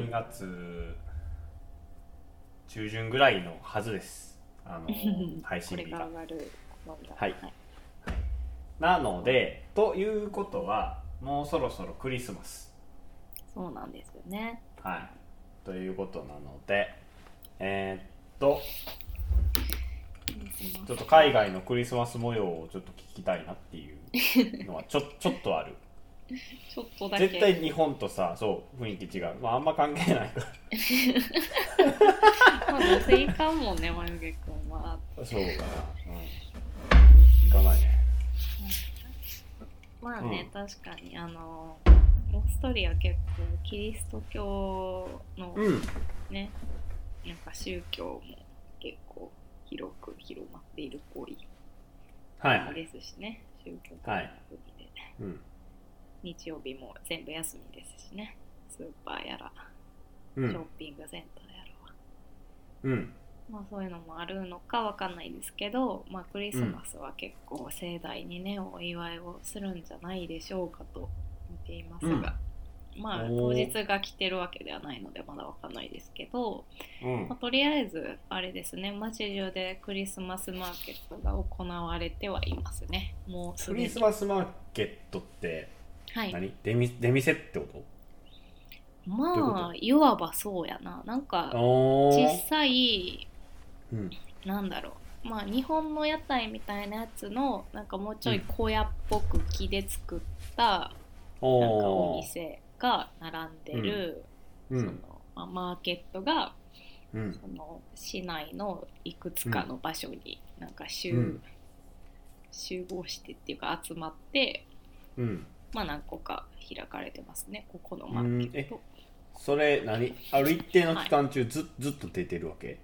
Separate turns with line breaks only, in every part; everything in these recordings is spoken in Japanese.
月中旬ぐらいのはずですあの 配
こ
信
れ
日
が
が
上がる頃だ
はいなのでということはもうそろそろクリスマス
そうなんですよね
はいということなのでえーっとちょっと海外のクリスマス模様をちょっと聞きたいなっていう のはちょちょっとある
ちょっとだけ
絶対日本とさそう雰囲気違う、まあ、あんま関係ないから
まあどうせいかんもんね眉毛くんは
そうかな、うん、行かないね
まあね、確かにあのオーストリア結構キリスト教の
うん
ね、なんか宗教も結構広く広まっているっぽい
はいはい、
ですしね、宗教の国で、
うん、
日曜日も全部休みですしねスーパーやら
う
ショッ
ん
ピングセンターやらは、
うん
まあそういうのもあるのかわかんないですけど、まあ、クリスマスは結構盛大にね、お祝いをするんじゃないでしょうかと見ていますが、まあ
お
当
ー
日が来てるわけではないのでまだわかんないですけど、
うん
まあとりあえずあれですね街中でクリスマスマーケットが行われてはいますねもうす
ク
でに
リスマスマーケットって
はい
何出み出店ってこどういう
ま
こ
あいわばそうやななん
と
か
お
小
ー
さい
うん
なんだろうまあ日本の屋台みたいなやつのなんかもうちょい小屋っぽく木で作ったなんかお
おー
店が並んでる、
う
その
ん
まあマーケットが
うん
その市内のいくつかの場所になんか集、
うん
集合してっていうか集まって
うん
まあ何個か開かれてますねここのマーケット
それ何ある一定の期間中ず,、ずっと出てるわけ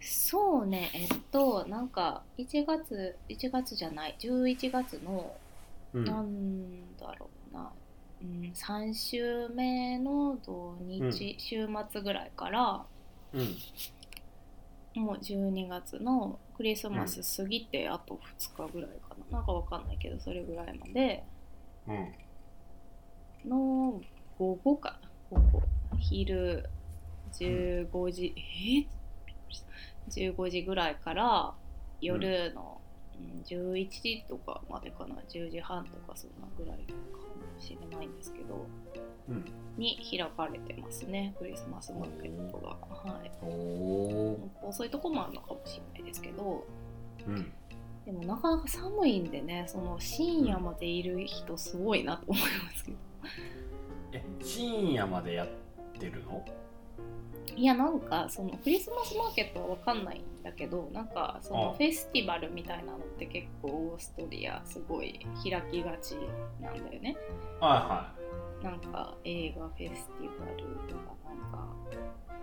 そうねえっとなんか1月1月じゃない11月の、
うん
なんだろうな、うん、3週目の土日、
うん
週末ぐらいから
うん
もう12月のクリスマス過ぎてあと2日ぐらいかな、なんかわかんないけどそれぐらいまで
うん
の午後かな午後昼15時、えー ?15 時ぐらいから夜の、うん、11時とかまでかな10時半とかそんなぐらいかもしれないんですけど、
うん
に開かれてますねクリスマスマーケットが、はい
おお
遅いとこもあるのかもしれないですけど
ーうん
でもなかなか寒いんでねその深夜までいる人すごいなと思いますけど
え深夜までやってるの
いやなんかそのクリスマスマーケットはわかんないんだけどなんかそ
ああ
のフェスティバルみたいなのって結構オーストリアすごい開きがちなんだよね
は
なんか映画フェスティバルとかなんか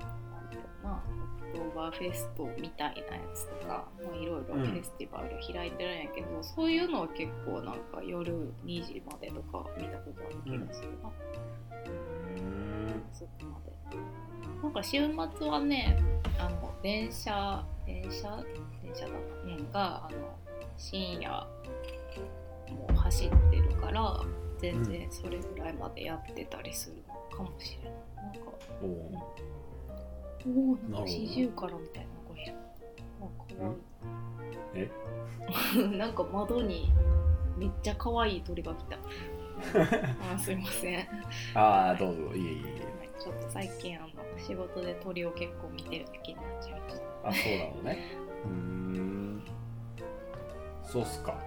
なんだろうなオクトーバーフェストみたいなやつとかまあいろいろ
う
フ
ん
ェスティバル開いてるんやけど、そういうのは結構なんか夜2時までとか見たことある気がするな。
いはいうーん
そこまで。なんか週末はね、あの電車、電車、電車だな、うん、があの深夜もう走ってるから、全然それぐらいまでやってたりするかもしれない。なんか、
おー
おお、なん
なるほど
か四十からみたいな声や。なんか可愛い。え なんか窓にめっちゃ可愛い鳥が来た。あすいません。
ああどうぞいえいえいえ
ちょっと最近あの仕事で鳥を結構見てる時になっちゃいました。
あそうなのねうーんそうっすか
はい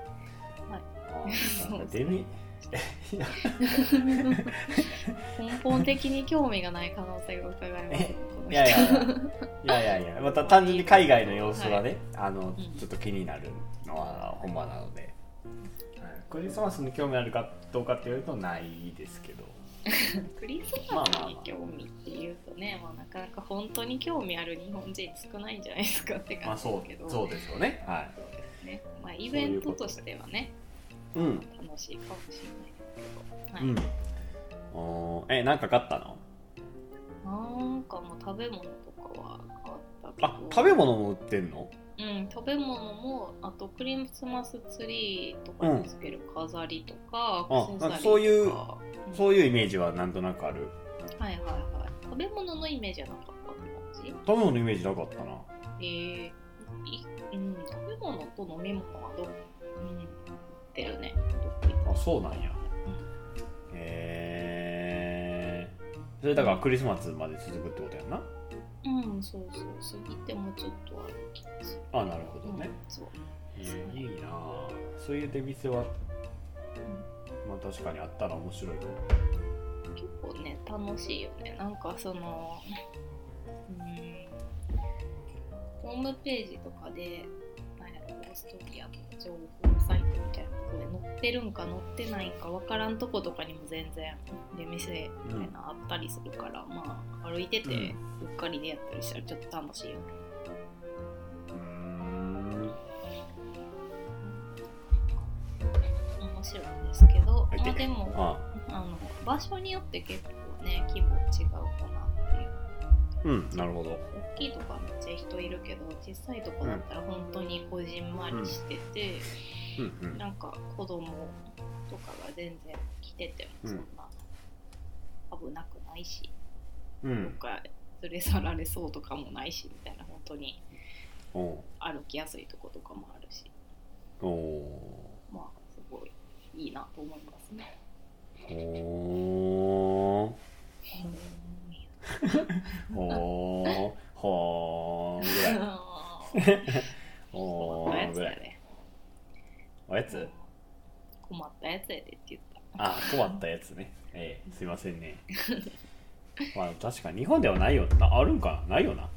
あーなんか
そう
デ
っすね
ミ えいや
根本的に興味がない可能性が伺えます、ね。この人
いやいやいやいやいやいや また単純に海外の様子はね、あの
うん
ちょっと気になるのは本場なので、はいクリスマスに興味あるかどうかって言われるとないですけど
クリスマスに興味っていうとね、まあなかなか本当に興味ある日本人少ないんじゃないですかって
ま
感
あ
じです
そ
けど、
うそうですよねは
そうですね。まあイベントとしてはね、
いうん
楽しいかもしれないですけど、は
う
い。
んおーえなんか買ったの
なんかもう食べ物とかは変わったけど。
あ食べ物も売ってんの
うん、食べ物もあとクリスマスツリーとかにつける飾りとか、
うん
アクセサリーとか
あそういう
うん
そういうイメージはなんとなくある
はいはいはい食べ物のイメージはなかったって感
食べ物のイメージなかったな
じえーいうん、食べ物と飲み物はどう、うん、売ってるねどこ行
あそうなんやへえそれだからクリスマスまで続くってことやんな
うん、そうそう、過ぎてもちょっとある気がする。
あなるほどね、
うん、そう。
えーいいなあそういう出店はまあ確かにあったら面白いよ
結構ね、楽しいよね。なんかその、うん、ホームページとかで、なんやろ、オーストリアの情報サイトみたいなとこで載ってるんか載ってないんかわからんとことかにも全然出店みたいなあったりするから、まあ歩いてて
うん
うっかり出やったりしたらちょっと楽しいよね。
うーん
面白いんですけど、
入っ
ま
て
あでも、
あ
あの場所によって結構ね規模違うかなっていう
うんなるほど
大きいとこはめっちゃ人いるけど小さいとこだったら本当にこじんまりしてて、
うんうん
なんか子供とかが全然来てても
うん
そんな危なくないし、
う
なんんか連れ去られそうとかもないしみたいな本当に
おう
歩きやすいとことかもあるし
おお
まあすごいいいなと思いますね。
うほ ーほ ーほーぐらいほ
困ったや
ー
つ
ぐ
や
ら
で、
いおやつ
困ったやつやでって言った。
あ困ったやつねええすいませんね まあ確かに日本ではないよなあるんかなないよな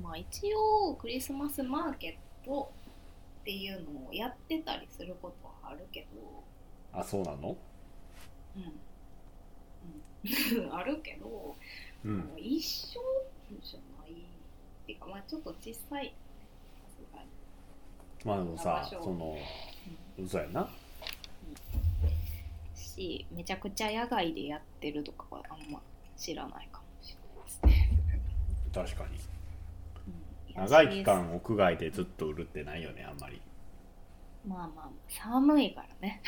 まあ一応クリスマスマーケットっていうのをやってたりすることはあるけど、
あそうなの
うん。うん、あ るけど、
うん
もう一緒じゃない。っていうかまあちょっと小さい。さすがに
まあでもさ
場所
その嘘やな
うんし、めちゃくちゃ野外でやってるとかはあんま知らないかもしれないですね。
確かに
うん
長い期。間屋外でずっと売るってないよねあんまり
まあまあ、寒いからね。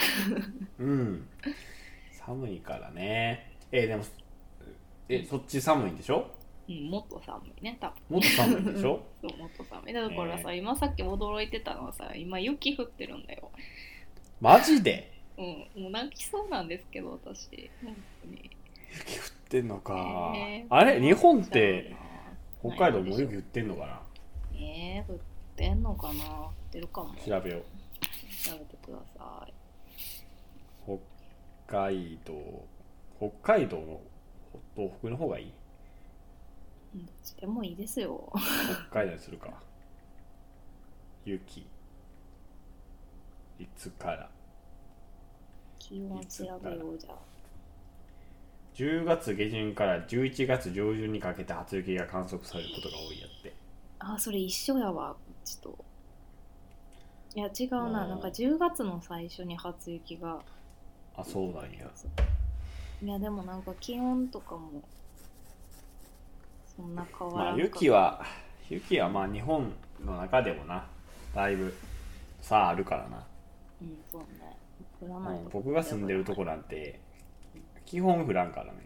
うん寒いからねえでもえそっち寒いんでしょ
うん、もっと寒いね、多分。
もっと寒いんでし ょ
そうもっと寒いだからさ、今さっき驚いてたのはさ今雪降ってるんだよ
マジで
うんもう泣きそうなんですけど私本当に
雪降ってんのか、
ねえ
あれ日本って
困
北
っちゃうな
海道も雪降ってんのかな
えー、降ってんのかな降ってるかも調
調べよう
べてください
北海道北海道の東北の方がいい
うんどっちでもいいで すよ
北海道にするか雪いつから
気温調べようじゃあ
10月下旬から11月上旬にかけて初雪が観測されることが多いやって
あそれ一緒やわちょっといや違う
う
なんなんか10月の最初に初雪が
あそうなんや
いやでもなんか気温とかもそんな変わ
ま
らん
あ
か
雪は雪はまあ日本の中でもなだいぶさああるからな、
うん、そうね。降ら
う
ない
ん、僕が住んでるとこなんて基本降らんからね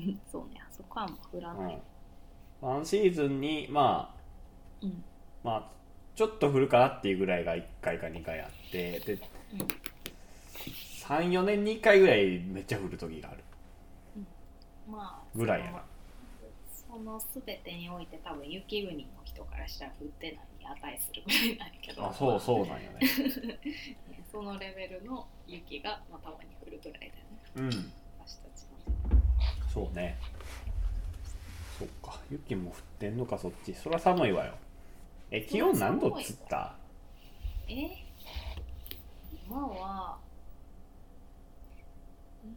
そうね、あそこはもう降らない。
うん、ワンシーズンにまあ
うん。
まあちょっと降るかなっていうぐらいが1回か2回あってで
うん
34年に1回ぐらいめっちゃ降る時がある
まあ、
ぐらいやな
そのその全てにおいて多分雪国の人からしたら降ってないに値するぐらいなんやけど、
あそうそうなんよね
ねそのレベルの雪が、まあ、たまに降るぐらいだよね。
うん
私たちの。
そうねそっか雪も降ってんのかそっちそりゃ寒いわよえ気温何度っつった
え今は、うん、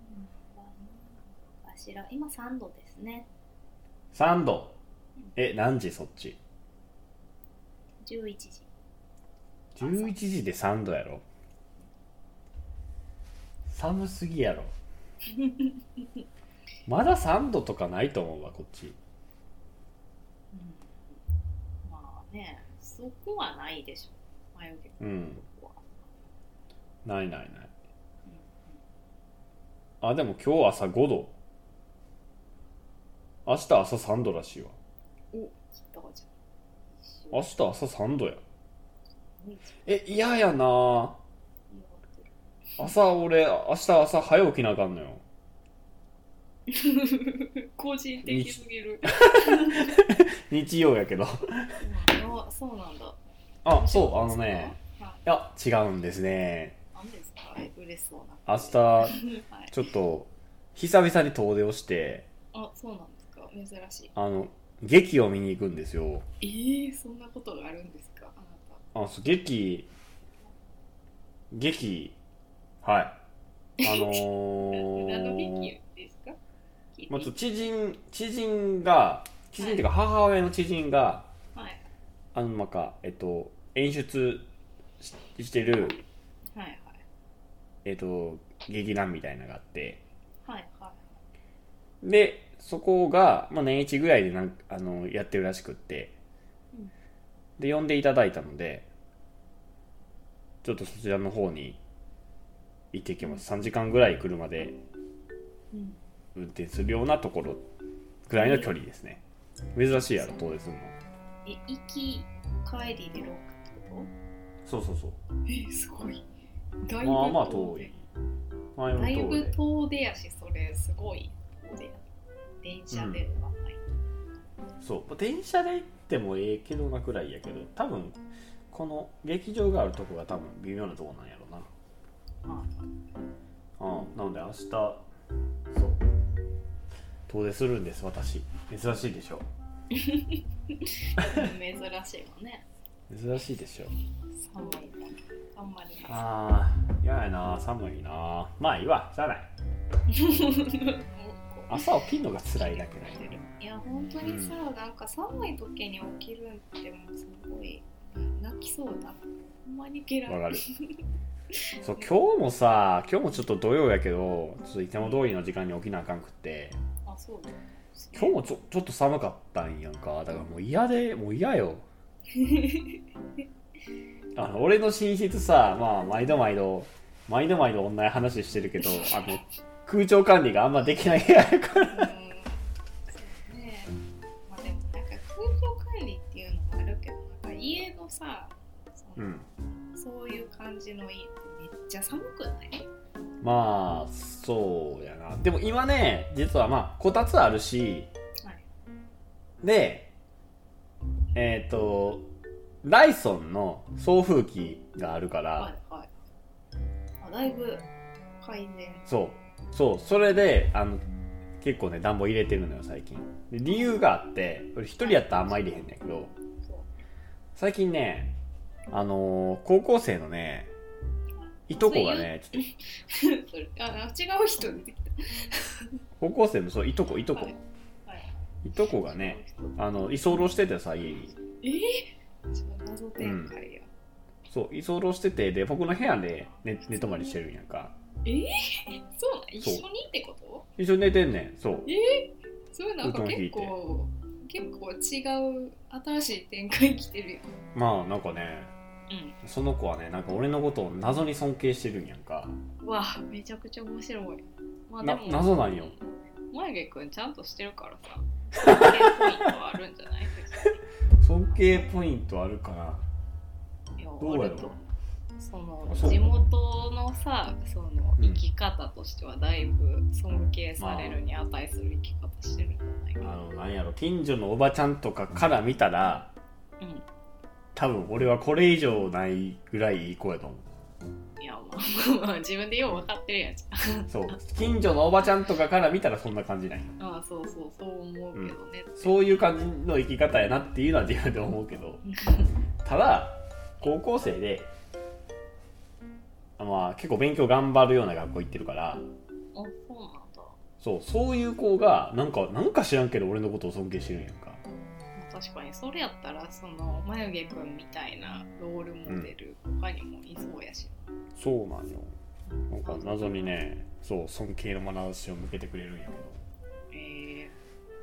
何度かしら、今3度ですね。
3度え何時そっち
11時。
11時で3度やろ寒すぎやろまだ3度とかないと思うわこっち
うんまあね、そこはないでしょ。眉毛
うん
ここは。
ないないない
うん
あでも今日朝5度明日朝3度らしいわ
お、だからじゃあ
明日朝3度や
一緒
え嫌やなぁ
にやってる
朝俺明日朝早起きなあかんのよ
個人的すぎる。
日曜やけど
あ、そうなんだ。
あそうあのね。
はい
や違うんですね
い。なんですか。嬉しそうな。
明日ち
は
ょ
い。
っと久々に遠出をして
あ、そうなんですか。珍し
あの劇を見に行くんですよ
い。えー、そんなことがあるんですか。あなた。
あそう劇劇はいあのー
何の劇ですか。
まあちょっと知人知人が知人っていうか母親の知人が
はい。
あのなんかえっと演出ししてる
はいはい。
えっと劇団みたいなのがあって
はいは
でそこが、まあ、年一ぐらいでなんかあのやってるらしくって
うん
で呼んでいただいたのでちょっとそちらの方に行ってきます3時間ぐらい車で
い。うん。
運転するようなところぐらいの距離ですね珍しいやろ遠出するの
え、行き帰りでロックってこ
そうそうそう
と？えー、すごい。だいぶ
まあまあ遠い前
だい
も遠
ぶ
い
遠出やし、それすごい遠出や。電車ではない。
そうまあ電車で行ってもええけどなくらいやけど多分この劇場があるとこが多分微妙なとこなんやろうな
まあ
うん、なので明日そう遠出するんです私珍しいでしょ
珍しいわね。
珍しいでしょ
寒いから。あんまりない。
ああ嫌やな寒いなまあいいわしゃあない
い
朝起きんのが辛いだけだけど
や本当にさ、なんか寒い時に起きるってもうすごい泣きそうだ。ほんまに嫌い。
わかるそう今日もさ今日もちょっと土曜やけどちょっといつも通りの時間に起きなあかんくって
あそうだ。
今日もちょちょっと寒かったんやんかだからもう嫌でもう嫌 よあの俺の寝室さまあ毎度毎度毎度毎度同じ話してるけど あの空調管理があんまできない部屋やから
うんそうね。まあでもなんか空調管理っていうのもあるけど、なんか家のさ、その
うん
そういう感じの家ってめっちゃ寒くない？
まあそうやなでも今ね実はまあこたつあるし
はい。
でえっ、とダイソンの送風機があるから、
はいはい。あだいぶ改善。
そうそうそれであの結構ね暖房入れてるのよ最近で理由があって俺一人やったらあんま入れへんねんけど
そう。
最近ねあのー高校生のねいとこがねちょっと
それあ違う人出てきた。
高校生のそういとこいとこ、
はい
い、
はい。
とこがね。あの居候しててさ家に
えー、ちょっと謎展開や。
そう居候しててで僕の部屋で寝寝泊まりしてるんやんか
えー、そうなん一
そう
緒にってこと？
一緒に寝てんねんそう
そういうなんか
布団引
結
いて
構結構違う新しい展開来てるやん。
まあなんかね
うん。
その子はねなんか俺のことを謎に尊敬してるんやんか
うわめちゃくちゃ面白い。ま
な謎なんよ。
眉毛くんちゃんとしてるからさ。 尊敬ポイントはあるんじゃない
尊敬ポイントあるかない
や
どうや
あ
ろ
ると思うその
あそう
地元のさその
うん
生き方としてはだいぶ尊敬されるに値する生き方してるんじゃないか
あ
な、
のなんやろ近所のおばちゃんとかから見たら
うん
多分俺はこれ以上ないぐらいいい子やと思う
いやまあまあまあ自分でよう分かってるやんじ
そう近所のおばちゃんとかから見たらそんな感じない
ゃんああそうそうそう思うけどね、
そういう感じの生き方やなっていうのは自分で思うけ ど
うん
ただ高校生でまあ結構勉強頑張るような学校行ってるから
あそうなんだ
そうそういう子がなんかなんか知らんけど俺のことを尊敬してるんやんか
まあ確かにそれやったらその眉毛くんみたいなロールモデル他にもいそうやし、
そうなんよなんか謎にねそう尊敬の眼差しを向けてくれるんやけど
え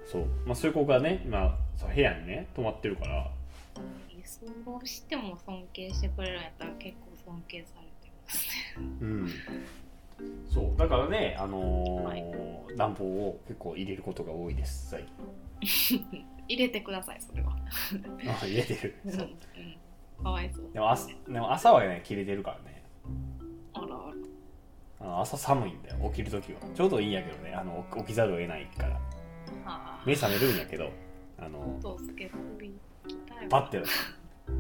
そう、まあ、そういう子がね今そう部屋にね泊まってるから
ー、そうしても尊敬してくれるんやったら結構尊敬されてますね
うんそうだからねあのー
はい
暖房を結構入れることが多いです最近
入れてくださいそれは
あ入れてる
うん
そう
うんかわいそう
でも朝でも朝はね切れてるからね
あらあら
あの朝寒いんだよ起きるときはちょうどいいんやけどねあの起き起きざるを得ないから
あ
目覚めるんやけどあの
とスケボー行きたい
パッて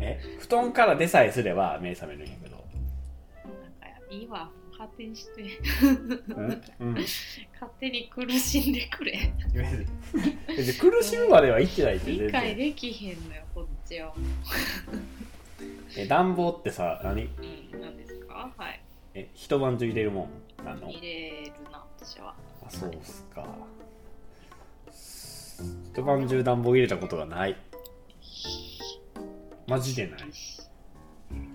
え布団から出さえすれば目覚めるんやけど
なんかいいわ勝手にして
うんうん
勝手に苦しんでくれ
別に苦しむまでは言ってないって
理
全
解
然
できへんのよこっちは
え暖房ってさ何
うんなんですかはい
え一晩中入れるもんあの
入れるな私は
あそうっすか一晩中暖房入れたことがないマジでない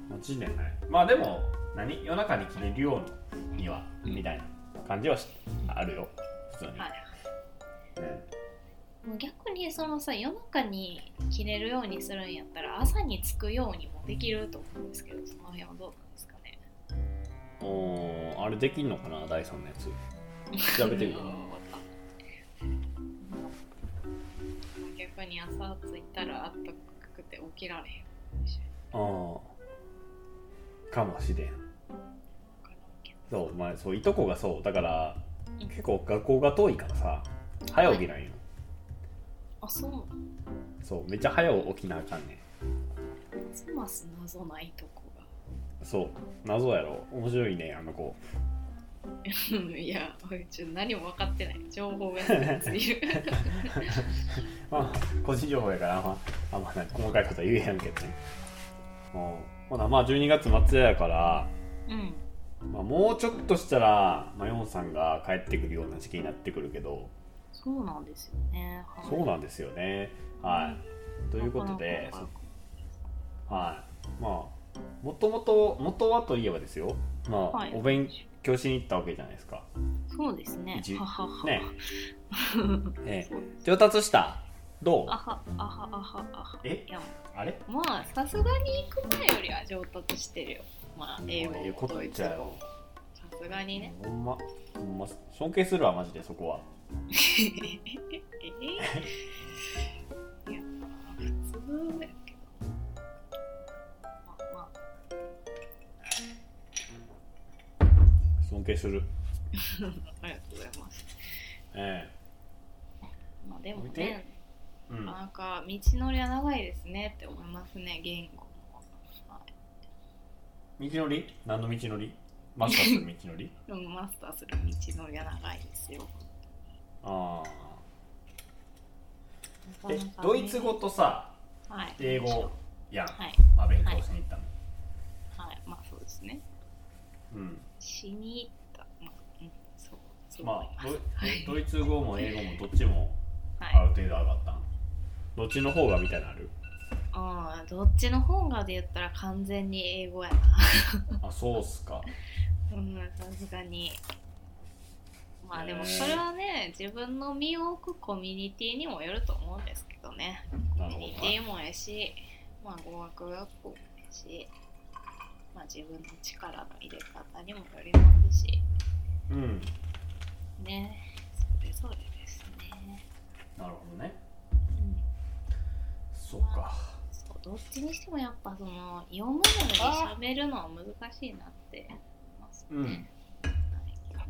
マジでないまあでも何夜中に着れるようにはみたいな感じはしあるよ普通に、
はい
うん
もう逆にそのさ夜中に着れるようにするんやったら朝に着くようにもできると思うんですけどその辺はどうなんですかね
おーあれできんのかな第3のやつ調べてみよ
うん
う
わかんない逆に朝着いたらあったかくて起きられへんかもしれない
あーかもしれん
から起き
そう,、まあ、そういとこがそうだから
うん
結構学校が遠いからさ早起きなんよ
あそうなの
そうめっちゃ早起きなあかんね
ますます謎ないとこが
んそう謎やろ面白いねあの子
うん いや、ちょ何も分かってない。情報が少なすぎる。
まあ個人情報やからあんまあんまなんか細かいことは言えへんけどねもうほなまあ12月末やから、
うん。
まあ、もうちょっとしたら、まあ、ヨンさんが帰ってくるような時期になってくるけど
そうなんですよね。はい
そうなんですよねはいということで
なかなか
はいまあもともと元はといえばですよまあ、
はい
お勉強しに行ったわけじゃないですか
そうですね
じ。
ははは。
ねええ
そうです
上達したどう
あはあはあはあは。
え
いや、
あれ
まあ、さすがに行く前よりは上達してるよ。まあ、英語
ええこ
も
と
ド
言
イ
っ
ツ
ちゃう
語も。さすがにね。
ほんまほんま尊敬するわマジでそこは
え えいや、普通だけど。まあまあ。
尊敬する
ありがとうございます。
え
まあでも
置いて
ね、
えうん
なんか道のりは長いですねって思いますね、言語も。はい
道のり何の道のりマスターする道の り
でもマスターする道のりは長いですよ。
ああ
なかな
え
かね
ドイツ語、とさ
はい、
英語やん、
はい、
まあ、勉強しに行ったの、
はい、まあそうですね。
うん
しに行った。まあ、うん、そう、そう思
ま
いま
あ
す。
ドイ
はい
ドイツ語も英語もどっちもあ
はい
る程度上がったんどっちの方がみたいなのある
あーどっちの方がで言ったら完全に英語やな。
あそうっすか
うん、さすがに。まあで
へ
も
ー
それはね、自分の身を置くコミュニティにもよると思うんですけどね。
な
コ
る
ミ
ほど
ュニテ
ね
ィもやし、まあ語学学校もやし、まあ自分の力の入れ方にもよりますし、
うん
ね、それぞれですね。
なるほどね
うん、
そうか
そうどっちにしてもやっぱその読むのより喋るのは難しいなって思います
うん
ね。はい
ま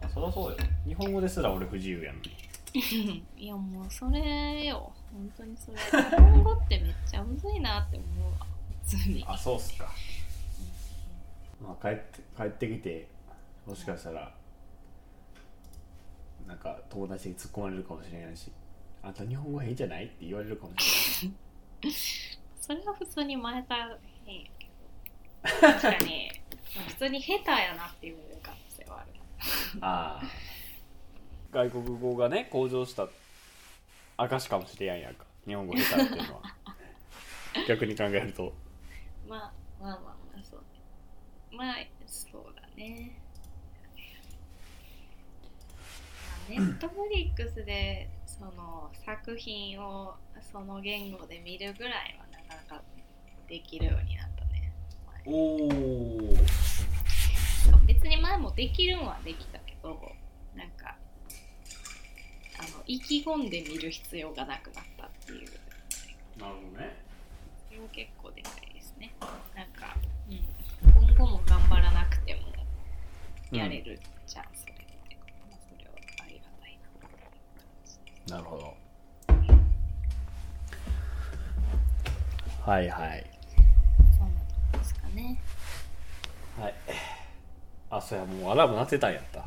あそりゃそうよ日本語ですら俺不自由やん
いやもうそれよ本当にそれ日本語ってめっちゃむずいなって思うわ普通に
あそうっすかまあ、帰って帰ってきてもしかしたらなんか友達に突っ込まれるかもしれないし「あんた日本語変じゃない?」って言われるかもし
それは普通に前から変やけど確かにまあ普通に下手やなっていう可能性はある
れないああ外国語がね向上した証かもしれやんやんか日本語下手っていうの は逆に考えると
まあまあまあまあそうねまあそうだねネットフリックスでその作品をその言語で見るぐらいはなかなかできるようになったね
おお
別に前もできるんはできたけことをなんかあの意気込んで見る必要がなくなったっていう
なるほどね
それは結構でかいですねなんか、うん、今後も頑張らなくてもやれるじゃん、それってまあそれはありがたいなっていう感じ
なるほどはいはい
そんなとこですかね
はいあそうやもうアラーム鳴ってたんやった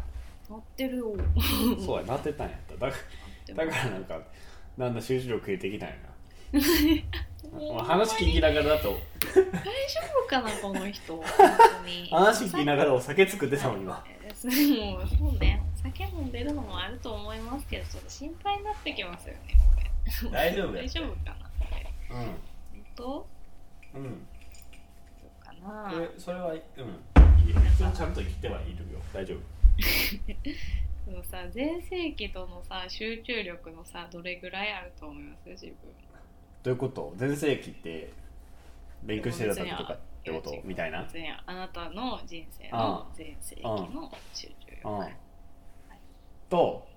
乗ってるよ
そうや鳴ってたんやっただか
でも
らだからなんかなんだ集中力入れてきたんやなまあ話聞きながらだと
大丈夫かなこ の人本当に
話聞きながらお酒作ってたもん今
もうそうねお酒飲んでるのもあると思いますけどちょっと心配になってきますよねこれ
大丈夫や
大丈夫かなこれえっと
うんうん
どうかな
それそれはうんちゃんと生きてはいるよ大丈夫
そのさ全盛期とのさ集中力のさどれぐらいあると思います自分
どういうこと全盛期って勉強してた時とかってこ
い
と
や違う
みたいな
全あなたの人生の全盛期の集中
う
力
んと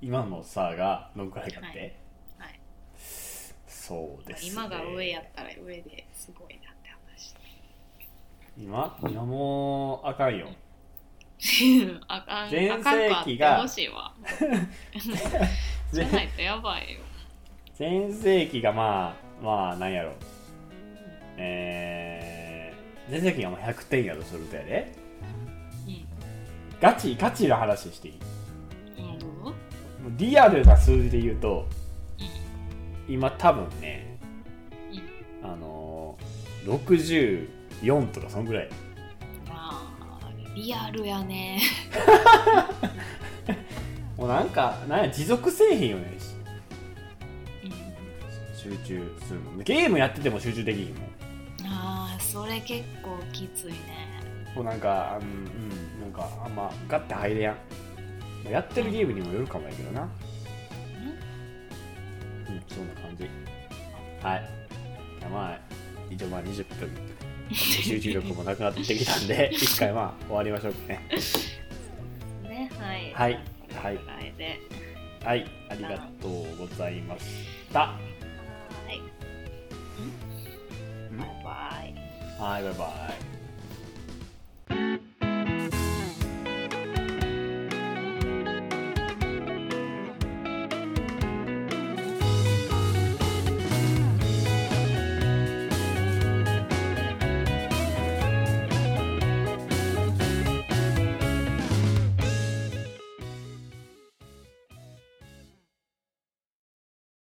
今のさがどんくらいかって、
はいはい
そうです、ね、
今が上やったら上ですごいなって 話
今今もうあかんよ
あかん
全盛期が
あかんくあってほしいわじゃないとやばいよ
全盛期がまあまあなんやろえー、全盛期がもう100点やとするとやで
う
ガチガチな話していい
んうんどうぞ
もうリアルな数字で言うと
うん
今多分ね、あのー、64とかそんぐらい
あーリアルやね
もうなんかなんや持続せえへんよねし
うん
集中するのゲームやってても集中できひんもん
あーそれ結構きついね
もうなんかうん、うん、なんかあんまガッて入れやんまあやってるゲームにもよるかもやけどなうんそんな感じはいいやまあ一応まあ20分集中力もなくなってきたんで一回まあ終わりましょうかね
ねはい
はい
これぐらいで
はいありがとうございました
はい
うん
バイバイ
はいバイバイ